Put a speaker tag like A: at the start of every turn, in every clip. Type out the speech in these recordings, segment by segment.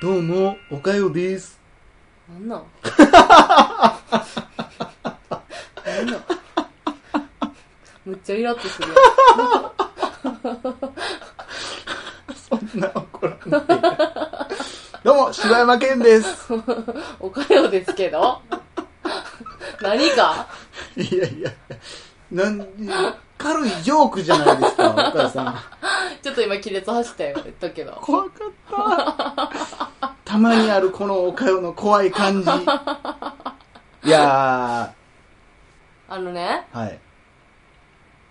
A: どうも、おかよです。
B: なんなんなんなんむっちゃイラッとするや
A: そんな怒らないで。どうも、柴山健です。
B: んおかよですけど何か
A: いやいや、なん、軽いジョークじゃないですか、お母さん。
B: ちょっと今亀裂走ったよ言ったけど
A: 怖かった。たまにあるこのおかよの怖い感じ。いや
B: あのね
A: ー、はい。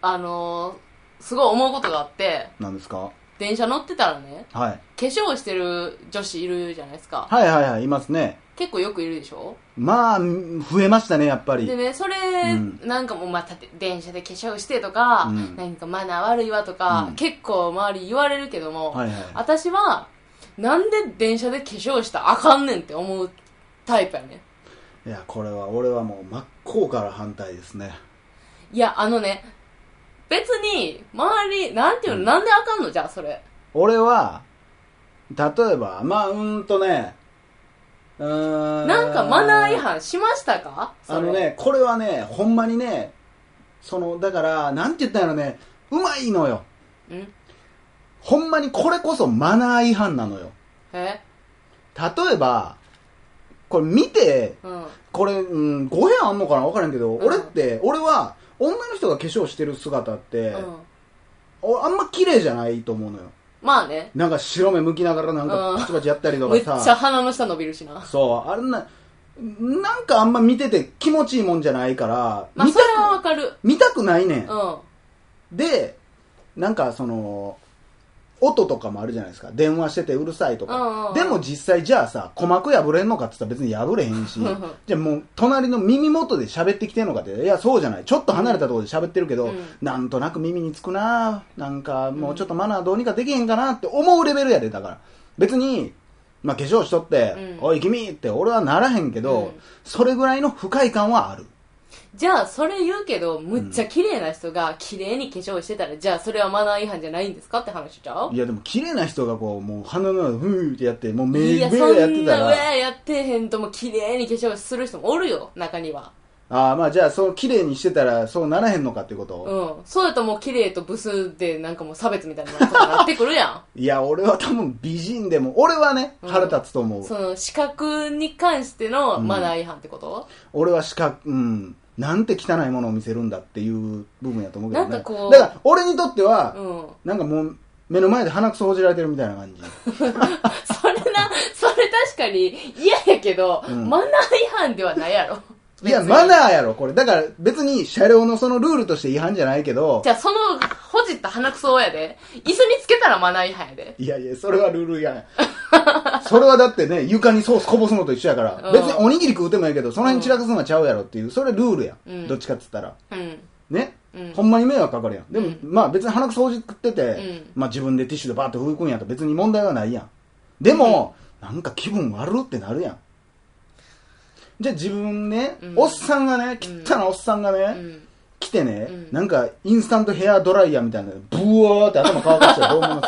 B: あのー、すごい思うことがあって
A: なんですか
B: 電車乗ってたらね
A: はい。
B: 化粧してる女子いるじゃないですか
A: はいはいはい、いますね。
B: 結構よくいるでしょ
A: まあ、増えましたね、やっぱり
B: で。ねそれ、
A: うん
B: なんかもうまた電車で化粧してとか、
A: うん
B: 何かマナー悪いわとか、
A: うん
B: 結構周り言われるけども、
A: はいはい。
B: 私はなんで電車で化粧したらあかんねんって思うタイプやね
A: いや、これは、俺はもう真っ向から反対ですね。
B: いやあのね別に周りなんていうの、
A: うん
B: なんであかんのじゃあそれ
A: 俺は、例えば、まあ、うーんとね、うーん。
B: なんかマナー違反しましたかそれ
A: あのね、これはね、ほんまにね、その、だから、なんて言ったんやろね、うまいのよ。
B: うん
A: ほんまにこれこそマナー違反なのよ。
B: え
A: 例えば、これ見て、
B: うん
A: これ、うん、語弊あんのかなわからんけど、
B: ん
A: 俺って、俺は、女の人が化粧してる姿って、
B: うん
A: おあんま綺麗じゃないと思うのよ。
B: まあね
A: なんか白目向きながらなん
B: う
A: か
B: ん
A: バチバチやったりと
B: め
A: か
B: っち
A: さ。
B: ゃ鼻の下伸びるしな
A: そう、あれな、なんかあんま見てて気持ちいいもんじゃないから、
B: まあ
A: 見
B: そ
A: た
B: れはわかる
A: 見たくないねん。
B: うん
A: で、なんかその、音とかもあるじゃないですか。電話しててうるさいと
B: うんうん
A: か
B: う。ん
A: でも実際じゃあさ、鼓膜破れんのかって言ったら別に破れへんし
B: うんうん、
A: じゃあもう隣の耳元で喋ってきてんのかって、いやそうじゃない。ちょっと離れたところで喋ってるけど、
B: うん
A: なんとなく耳につくななんかもうちょっとマナーどうにかできへんかなって思うレベルやで、だから。別に、まあ化粧しとって、
B: うん
A: おい君って俺はならへんけど、
B: うん
A: それぐらいの不快感はある。
B: じゃあそれ言うけどむっちゃ綺麗な人が綺麗に化粧してたら、じゃあそれはマナー違反じゃないんですかって話しちゃう
A: いやでも綺麗な人がこう、もう鼻の中でふーってやって、もう目
B: い
A: 上
B: や
A: やっ
B: そんな
A: てたら。
B: 上やってへんとも綺麗に化粧する人もおるよ中には
A: ああ、まあじゃあ、そう、綺麗にしてたら、そうならへんのかっていうこ
B: う
A: と、
B: んそうやともう綺麗とブスでなんかもう差別みたいなのとかなってくる や
A: いや、俺は多分美人でも、俺はね、
B: うん
A: 腹立つと思う。
B: んその資格に関してのマナー違反ってこと、
A: 俺はしか、うん、なんて汚いものを見せるんだっていう部分やと思うけどね。
B: なんかこう
A: だから、俺にとっては、
B: うん、
A: なんかもう、目の前で鼻くそほじられてるみたいな感じ。
B: それなそれ確かに嫌やけど、
A: うん
B: マナー違反ではないやろ
A: いや、
B: 別に
A: マナーやろ、これ。だから、別に車両のそのルールとして違反じゃないけど
B: じ、ゃあそのほじった鼻くそやで椅子につけたらマナー違反やで
A: いやいや、それはルール違反。 それはだってね、床にソースこぼすのと一緒やから、
B: うん
A: 別におにぎり食うてもいいけど、その辺散らかすのはちゃうやろっていう、それルールや。
B: うん
A: どっちかっつったら。
B: うん
A: ね、
B: うん
A: ほんまに迷惑かかるやん。でも、
B: うん
A: まあ別に鼻くそほじくってて、
B: ん
A: まあ自分でティッシュでバーって拭くんやと別に問題はないやん。でも、なんか気分悪ってなるやん。じゃあ自分ね、
B: うん
A: おっさんがね、汚なおっさんがね、
B: うん
A: 来てね、
B: うん
A: なんかインスタントヘアドライヤーみたいなのブワーって頭乾かしたらどう思いま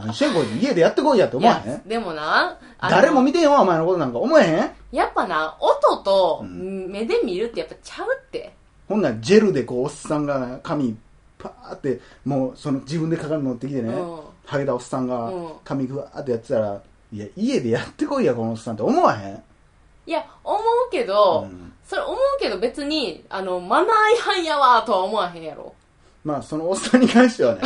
A: す 何してんこいつ家でやってこいやって
B: い
A: 思わへ
B: や
A: ん
B: でもなあの
A: 誰も見てへんわお前のことなんか思えへん
B: やっぱな、音と
A: うん
B: 目で見るってやっぱちゃうって。
A: ほんならジェルでこうおっさんがね髪パーってもうその自分で鏡持ってきてね、
B: うん
A: ハゲたおっさんが
B: うん
A: 髪グワーってやってたらいや家でやってこいやこのおっさんって思わへん
B: いや、思うけど、
A: うん
B: それ思うけど別に、あの、マナー違反やわとは思わへんやろ。
A: まあそのおっさんに関してはね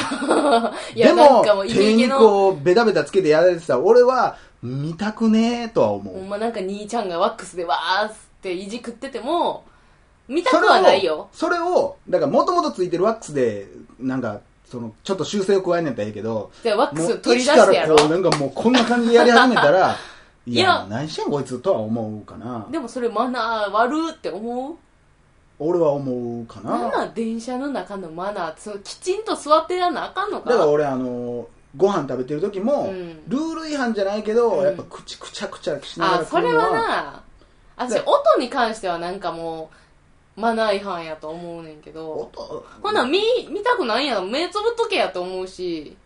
B: いや、
A: で
B: なん
A: も
B: かもうイケ
A: 手
B: イケ
A: に
B: の、
A: こうベタベタつけてやられてたら俺は見たくねえとは思う、
B: ほんまなんか兄ちゃんがワックスでわーっていじくってても、見たくはないよ。
A: それをそれをだからもともとついてるワックスでなんかそのちょっと修正を加えんやったらいいけど
B: じゃあワック
A: も
B: ス
A: う
B: 取り
A: 一
B: 出
A: か
B: してや
A: ら
B: ろ
A: こう。なんかもうこんな感じでやり始め たらいや
B: いや
A: 何してんこいつとは思うかな
B: でもそれマナー悪って思う
A: 俺は思うかな
B: なん
A: だか
B: なん電車の中のマナーそうきちんと座ってやらなあかんのから
A: 俺あのご飯食べてる時も、
B: うん
A: ルール違反じゃないけど、
B: うん
A: やっぱ口くちゃくちゃしなが
B: あ
A: ら
B: それはな私
A: だ
B: 音に関してはなんかもうマナー違反やと思うねんけど
A: 音
B: ほな見見たくないやん目つぶっとけやと思うし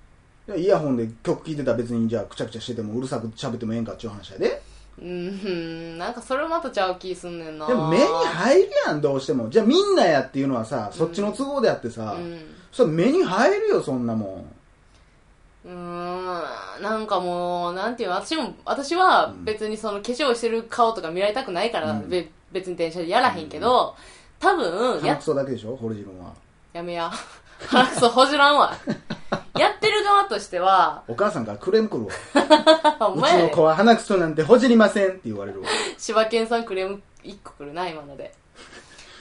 A: でイヤホンで曲聴いてたら別にじゃあくちゃくちゃしててもうるさく喋ってもええんかっちゅう話やで
B: うん、なんかそれをまたちゃう気すんねんな。
A: でも目に入るやんどうしてもじゃあみんなやっていうのはさそっちの都合であってさ、
B: うん。
A: それ目に入るよそんなもん
B: うーん、なんかもう、なんていうの、私も、私は別にその化粧してる顔とか見られたくないから、
A: うん
B: べ別に電車でやらへんけど、多分、
A: 鼻
B: や
A: く、そだけでしょホルジロンは
B: やめや。 鼻くそほじらんわ。やってる側としては、
A: お母さんからクレーム来るわ
B: お
A: うちの
B: 前、
A: 子は鼻くそなんてほじりませんって言われ るわ
B: 柴犬さんクレーム1個くるな、今ので。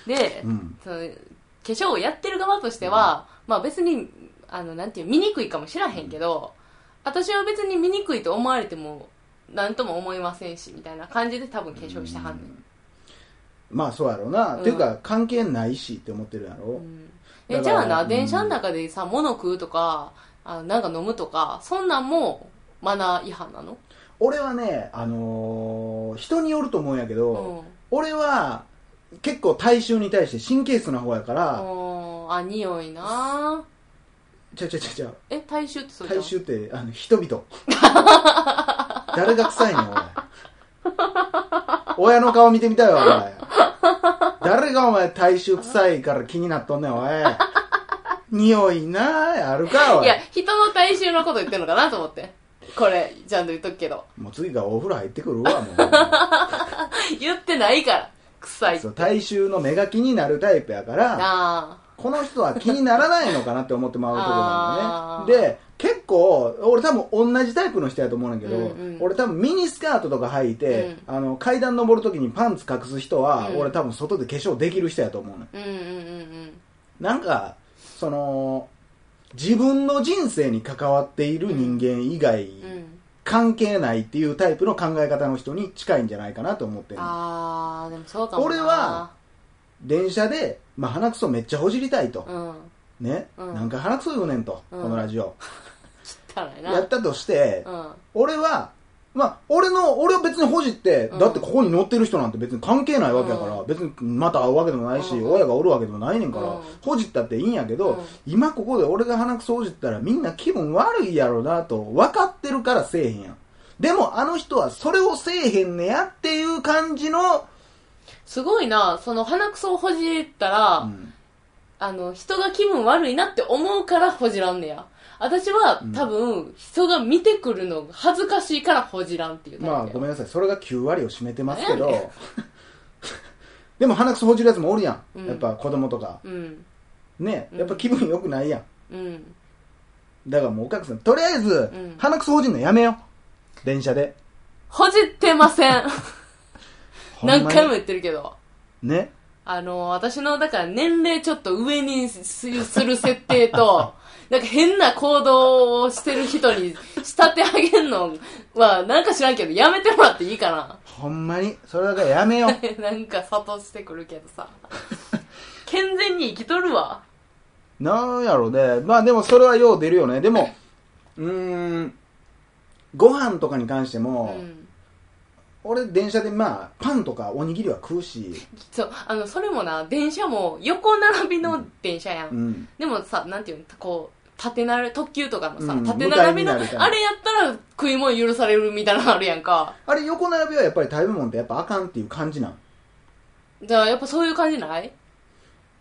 B: で、
A: うん
B: その化粧をやってる側としては、まあ別にあのなんていう見にくいかもしらへんけど、私は別に見にくいと思われてもなんとも思いませんしみたいな感じで多分化粧してはんねん、
A: まあそうやろうな、
B: うん
A: っていうか関係ないしって思ってるやろ、
B: うん
A: だ
B: えじ
A: から
B: ゃあな、
A: うん
B: 電車の中でさ物食うとかあなんか飲むとかそんなんもマナー違反なの
A: 俺はねあのー人によると思うんやけ
B: う
A: ど、
B: ん
A: 俺は結構大衆に対して神経質な方やから、
B: うんあ匂いな
A: ちゃちゃちゃちゃ
B: え体臭ってそれじ
A: 大
B: ゃん
A: 衆ってあの人々 誰が臭いねんおい親の顔見てみたいわおい誰がお前大衆臭いから気になっとんねんおい匂いなあるかお
B: い
A: い
B: や人の体臭のこと言ってるのかなと思ってこれちゃんと言っとくけど
A: もう次からお風呂入ってくるわもう
B: 言ってないから臭いって
A: そう大衆の目が気になるタイプやから
B: あ
A: この人は気にならないのかなって思ってまうとこなんだよね。
B: あー
A: で、結構、俺多分同じタイプの人やと思うんだけど、
B: うんうん
A: 俺多分ミニスカートとか履いて、あの、階段登るときにパンツ隠す人は、
B: うん
A: 俺多分外で化粧できる人やと思うのよ。
B: あうんうんうん
A: なんか、その、自分の人生に関わっている人間以外、
B: うんうん
A: 関係ないっていうタイプの考え方の人に近いんじゃないかなと思ってるの
B: ああでもそうかもな
A: 俺は電車で、まあ、鼻くそめっちゃほじりたいと
B: う。ん
A: ね。
B: うん
A: なんか鼻くそ言うねんと、
B: うん
A: このラジオ。
B: 汚いな
A: やったとして、
B: うん
A: 俺は、まあ、俺の、俺は別にほじって、
B: うん
A: だってここに乗ってる人なんて別に関係ないわけやから、
B: う
A: 別にまた会うわけでもないし、
B: うん
A: 親がおるわけでもないねんから、
B: うん
A: ほじったっていいんやけど、
B: うん
A: 今ここで俺が鼻くそほじったらみんな気分悪いやろなと分かってるからせえへんやん。でもあの人はそれをせえへんねやっていう感じの、
B: すごいなその鼻くそをほじったら、
A: うん
B: あの人が気分悪いなって思うからほじらんねや私は
A: うん
B: 多分、人が見てくるのが恥ずかしいからほじらんっていう
A: まあごめ
B: ん
A: んなさい、それが9割を占めてますけ
B: なんやね
A: ど、 でも鼻くそほじるやつもおるや。
B: うんん
A: やっぱ子供とか。
B: うん
A: ね、
B: うん
A: やっぱ気分良くないやん。
B: うん
A: だからもうお客さん、とりあえず、
B: うん
A: 鼻くそほじんのやめよう。電車で。
B: ほじってません
A: ほんまに
B: 何回も言ってるけど
A: ね。
B: あの、私の、だから年齢ちょっと上にすする設定と、 なんか変な行動をしてる人に仕立て上げるのは、なんか知らんけど、やめてもらっていいかな。
A: ほんまに、それだからやめよう。
B: なんか諭してくるけど さ。健全に生きとるわ。
A: なんやろね。まあでもそれはよう出るよね。でも、うーん、ご飯とかに関して
B: う
A: も、
B: ん。
A: 俺電車でまあ、パンとかおにぎりは食うし、
B: そう、あの、それもな、電車も横並びの電車やん。
A: うん。
B: でもさ、なんていうの、こう、縦並び、特急とかのさ、
A: うん
B: 縦並び
A: 向
B: の、あ
A: かいになるみたいな
B: れやったら食い物許されるみたいなのあるやんか。
A: あれ横並びはやっぱり食べ物ってやっぱあかんっていう感じなん。
B: じゃあ、やっぱそういう感じない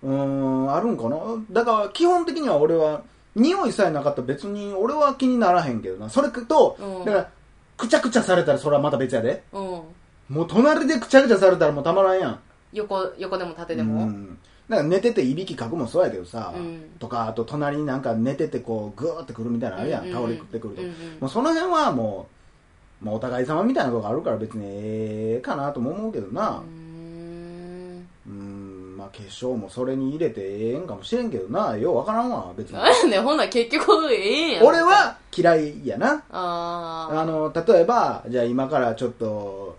B: う
A: ーん、あるんかなだから基本的には俺は、匂いさえなかったら別に俺は気にならへんけどな。それと、
B: うん
A: だから、くちゃくちゃされたらそれはまた別やで。
B: うん。
A: もう隣でくちゃくちゃされたらもうたまらんやん。
B: 横横でも縦でも、
A: うん。だから寝てていびきかくもそうやけどさ、
B: うん
A: とか、あと隣になんか寝ててこう、ぐーってくるみたいなのあるやん。倒れてくると。
B: うんう
A: も
B: ん
A: うその辺はもう、まあお互い様みたいなとこあるから別にええかなとも思うけどな。
B: うん
A: うーん、まあ化粧もそれに入れてええんかもしれんけどな。ようわからんわ、別に。
B: なんやねんほんなら結局ええんやん
A: 俺は嫌いやな。
B: あー
A: あの、例えば、じゃあ今からちょっと、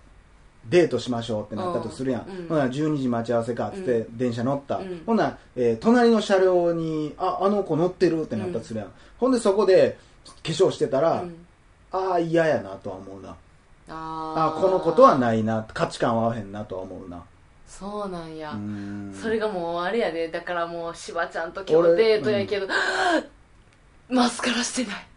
A: デートしましょうってなったとするやん。
B: うんうん
A: ほな、12時待ち合わせかっつって、電車乗った。
B: うん
A: ほな、えー隣の車両に、あ、あの子乗ってるってなったとするやん。ほんでそこで、化粧してたら、
B: うん
A: ああ、嫌やなとは思うな。ああ
B: あー
A: ー、この子とはないな。価値観合わへんなとは思うな。
B: そうなんや、
A: うーん
B: それがもうあれやでだからもうしばちゃんと今日
A: 俺
B: デートやけど、マスカラしてない
A: い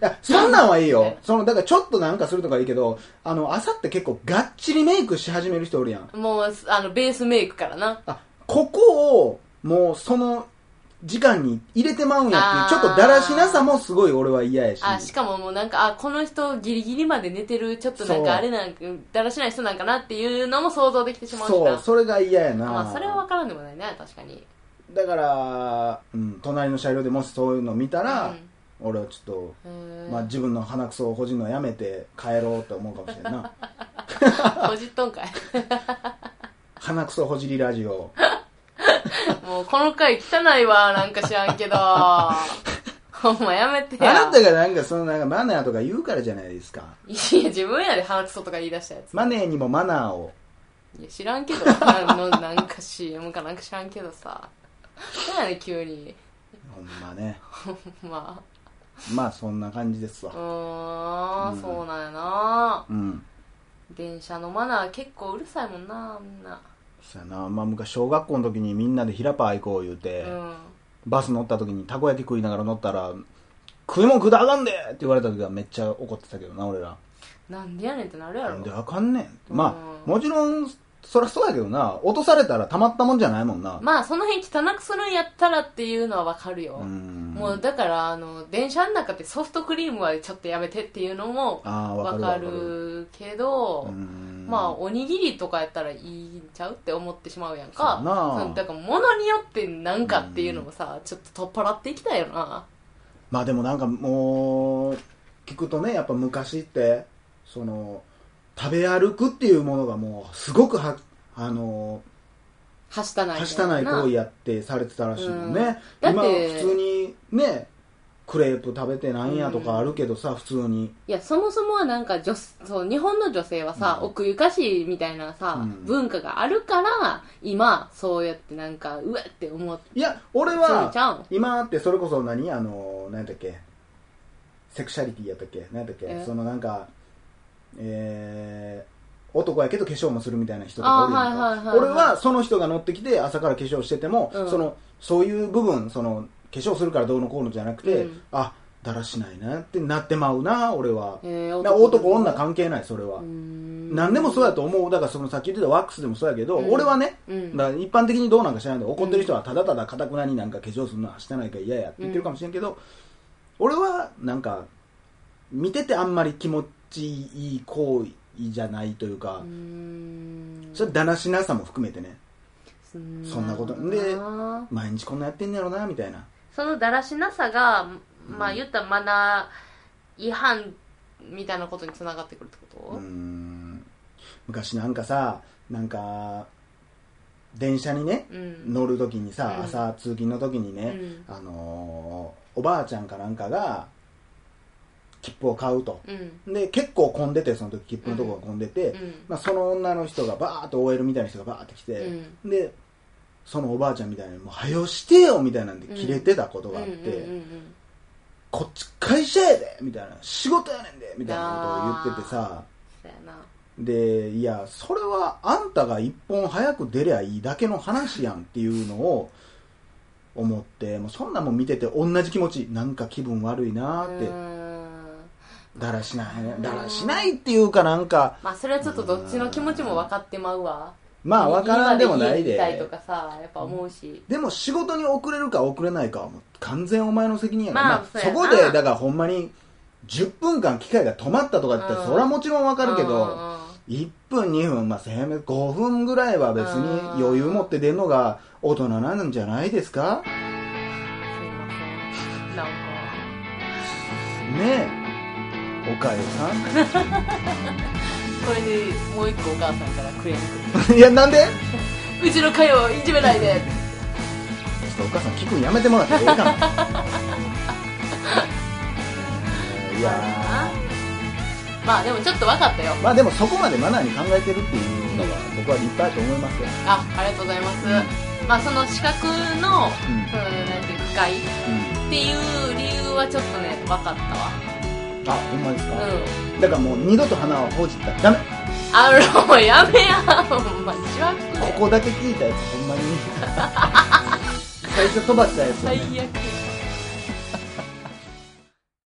A: やそんなんはいいよ。その、だからちょっとなんかするとかいいけど、あの、朝って結構がっちりメイクし始める人おるやん。
B: もう、あの、ベースメイクからな。
A: あ、ここを、もうその、時間に入れてまうんや
B: あー
A: っていう、ちょっとだらしなさもすごい俺は嫌やし。
B: あ、しかももうなんか、あ、この人ギリギリまで寝てる、ちょっとなん
A: そう
B: かあれなんか、だらしない人なんかなっていうのも想像できてしまうし
A: そ
B: な
A: う、それが嫌やな。
B: まあ、それは分からんでもないね、確かに。
A: だから、うん、隣の車両でもしそういうの見たら、
B: うん
A: 俺はちょ
B: う
A: っと、
B: ーん
A: まあ、自分の鼻くそをほじるのやめて帰ろうと思うかもしれん な
B: ほじっとんかい。
A: 鼻くそほじりラジオ
B: もう、この回汚いわ、なんか知ら んけど。ほんまやめて
A: あ
B: や。
A: なたがなんかそのなんかマナーとか言うからじゃないですか
B: いや、自分やで鼻くそとか言い出したやつ。
A: マネーにもマナーを
B: いや、知らんけど。なんのなんか CM かなんか知らんけどさ。そうやね、急に。
A: ほんまね
B: ま
A: まあそんな感じです
B: あ。う
A: わ
B: ー
A: う
B: ん、
A: ん
B: そうなんやな。
A: うん
B: 電車のマナー結構うるさいもんな、みんな。
A: そやなまあ昔小学校の時にみんなで平パー行こう言うて、
B: うん。
A: バス乗った時にたこ焼き食いながら乗ったら食いもん食うたらあかんでって言われた時はめっちゃ怒ってたけどな俺ら
B: なんでやねんってなるや
A: な
B: ろ
A: ん。であかんねんってまあ
B: うん
A: もちろんそりゃそうやけどな落とされたらたまったもんじゃないもんな、
B: まあ、その辺汚くするんやったらっていうのはわかるよ。
A: うん
B: もうだからあの電車の中でソフトクリームはちょっとやめてっていうのも
A: ああわか
B: わ
A: る
B: か
A: わかる
B: るけど
A: うん
B: まあおにぎりとかやったらいいんちゃうって思ってしまうやんか
A: そうやな
B: そうだから物によってなんかっていうのもさちょっと取っ払っていきたいよな
A: まあでもなんかもう聞くとねやっぱ昔ってその食べ歩くっていうものがもうすごくはあの
B: はしたない
A: はしたない行為やってされてたらしいもんね、
B: うん
A: 今
B: だって
A: 普通にねクレープ食べてなんやとかあるけどさ、普通に
B: いやそもそもはなんか女そう日本の女性はさ、
A: うん
B: 奥ゆかしいみたいなさ、
A: うん
B: 文化があるから今そうやってなんかうわって思って
A: いや俺
B: そう
A: は
B: ちゃうん
A: 今ってそれこそ何あの何だっけセクシャリティやったっけ何だっけ
B: え
A: そのなんかえー、男やけど化粧もするみたいな人とか
B: あ
A: お
B: ー
A: るやんか、
B: はいはいはいはい
A: 俺はその人が乗ってきて朝から化粧してても、
B: うん
A: そのそういう部分その化粧するからどうのこうのじゃなくて、
B: うん
A: あだらしないなってなってまうな俺は、
B: えー
A: だから男女関係ないそれは、
B: ん
A: 何でもそうやと思うだからそのさっき言ってたワックスでもそうやけど、
B: うん
A: 俺はね
B: うん
A: だから一般的にどうなんか知らないんで怒ってる人はただただかたくなになんか化粧するのはしてないから嫌やって言ってるかもしれんけど、俺はなんか見ててあんまり気持ちいい行為じゃないというか、
B: うーん
A: それはだらしなさも含めてね
B: そん
A: そんなこと
B: な
A: で毎日こんなやってんねやろなみたいな
B: そのだらしなさがまあ
A: うん
B: 言ったらマナー違反みたいなことにつながってくるってこ
A: うー
B: と、
A: ん昔なんかさなんか電車にね
B: うん
A: 乗る時にさ、
B: うん
A: 朝通勤の時にね、
B: うん
A: あのーおばあちゃんかなんかが切符を買うと、
B: うん
A: で結構混んでてその時切符のとこが混んでて、
B: うん
A: まあ、その女の人がバーッと OL みたいな人がバーッて来て、でそのおばあちゃんみたいに「もう早よしてよ」みたいなんで
B: うん
A: キレてたこと
B: うん
A: があって「
B: うんうんうん
A: こっち会社やで」みたいな「仕事やねんで」みたいなことを言っててさ
B: そうやな
A: でいやそれはあんたが一本早く出りゃいいだけの話やんっていうのを思ってもうそんなもん見てて同じ気持ちなんか気分悪いなーって、
B: うーん
A: だらしないだらしないっていうかなんか
B: まあそれはちょっとどっちの気持ちも分かってまうわ
A: まあ分からんでもない
B: 家ま行きたいと
A: で
B: かさやっぱ思うし、
A: でも仕事に遅れるか遅れないかはもう完全お前の責任やから、
B: まあ
A: まあ、
B: そう
A: そ
B: やな
A: こでだからほんまに10分間機械が止まったとか言ったら、
B: うん
A: それはもちろん分かるけ
B: うん
A: ど、
B: うんうん
A: 1分2分まあせめて5分ぐらいは別に余裕持って出るのが大人なんじゃないですかね
B: すいませんなんか
A: えおかゆさ
B: これでもう一個お母さんからクレーム来
A: んいやなんで
B: るうちの会をいじめないで
A: ちょっとお母さん聞くのやめてもらっていいかないや
B: まあでもちょっと分かったよ
A: ーまあでもそこまでマナーに考えてるっていうのは僕は立派だと思いますよ
B: あありがとうございます、まあその資格の、
A: ん
B: そのなんていうか不快っ
A: うん
B: ていう理由はちょっとね分かった
A: あほんまです
B: わ
A: か、
B: うん
A: だからもう二度と花をほじったらダメ
B: あのもうやめやほんま自爆
A: ここだけ聞いたやつほんまに最初飛ばしたやつ、ね、
B: 最悪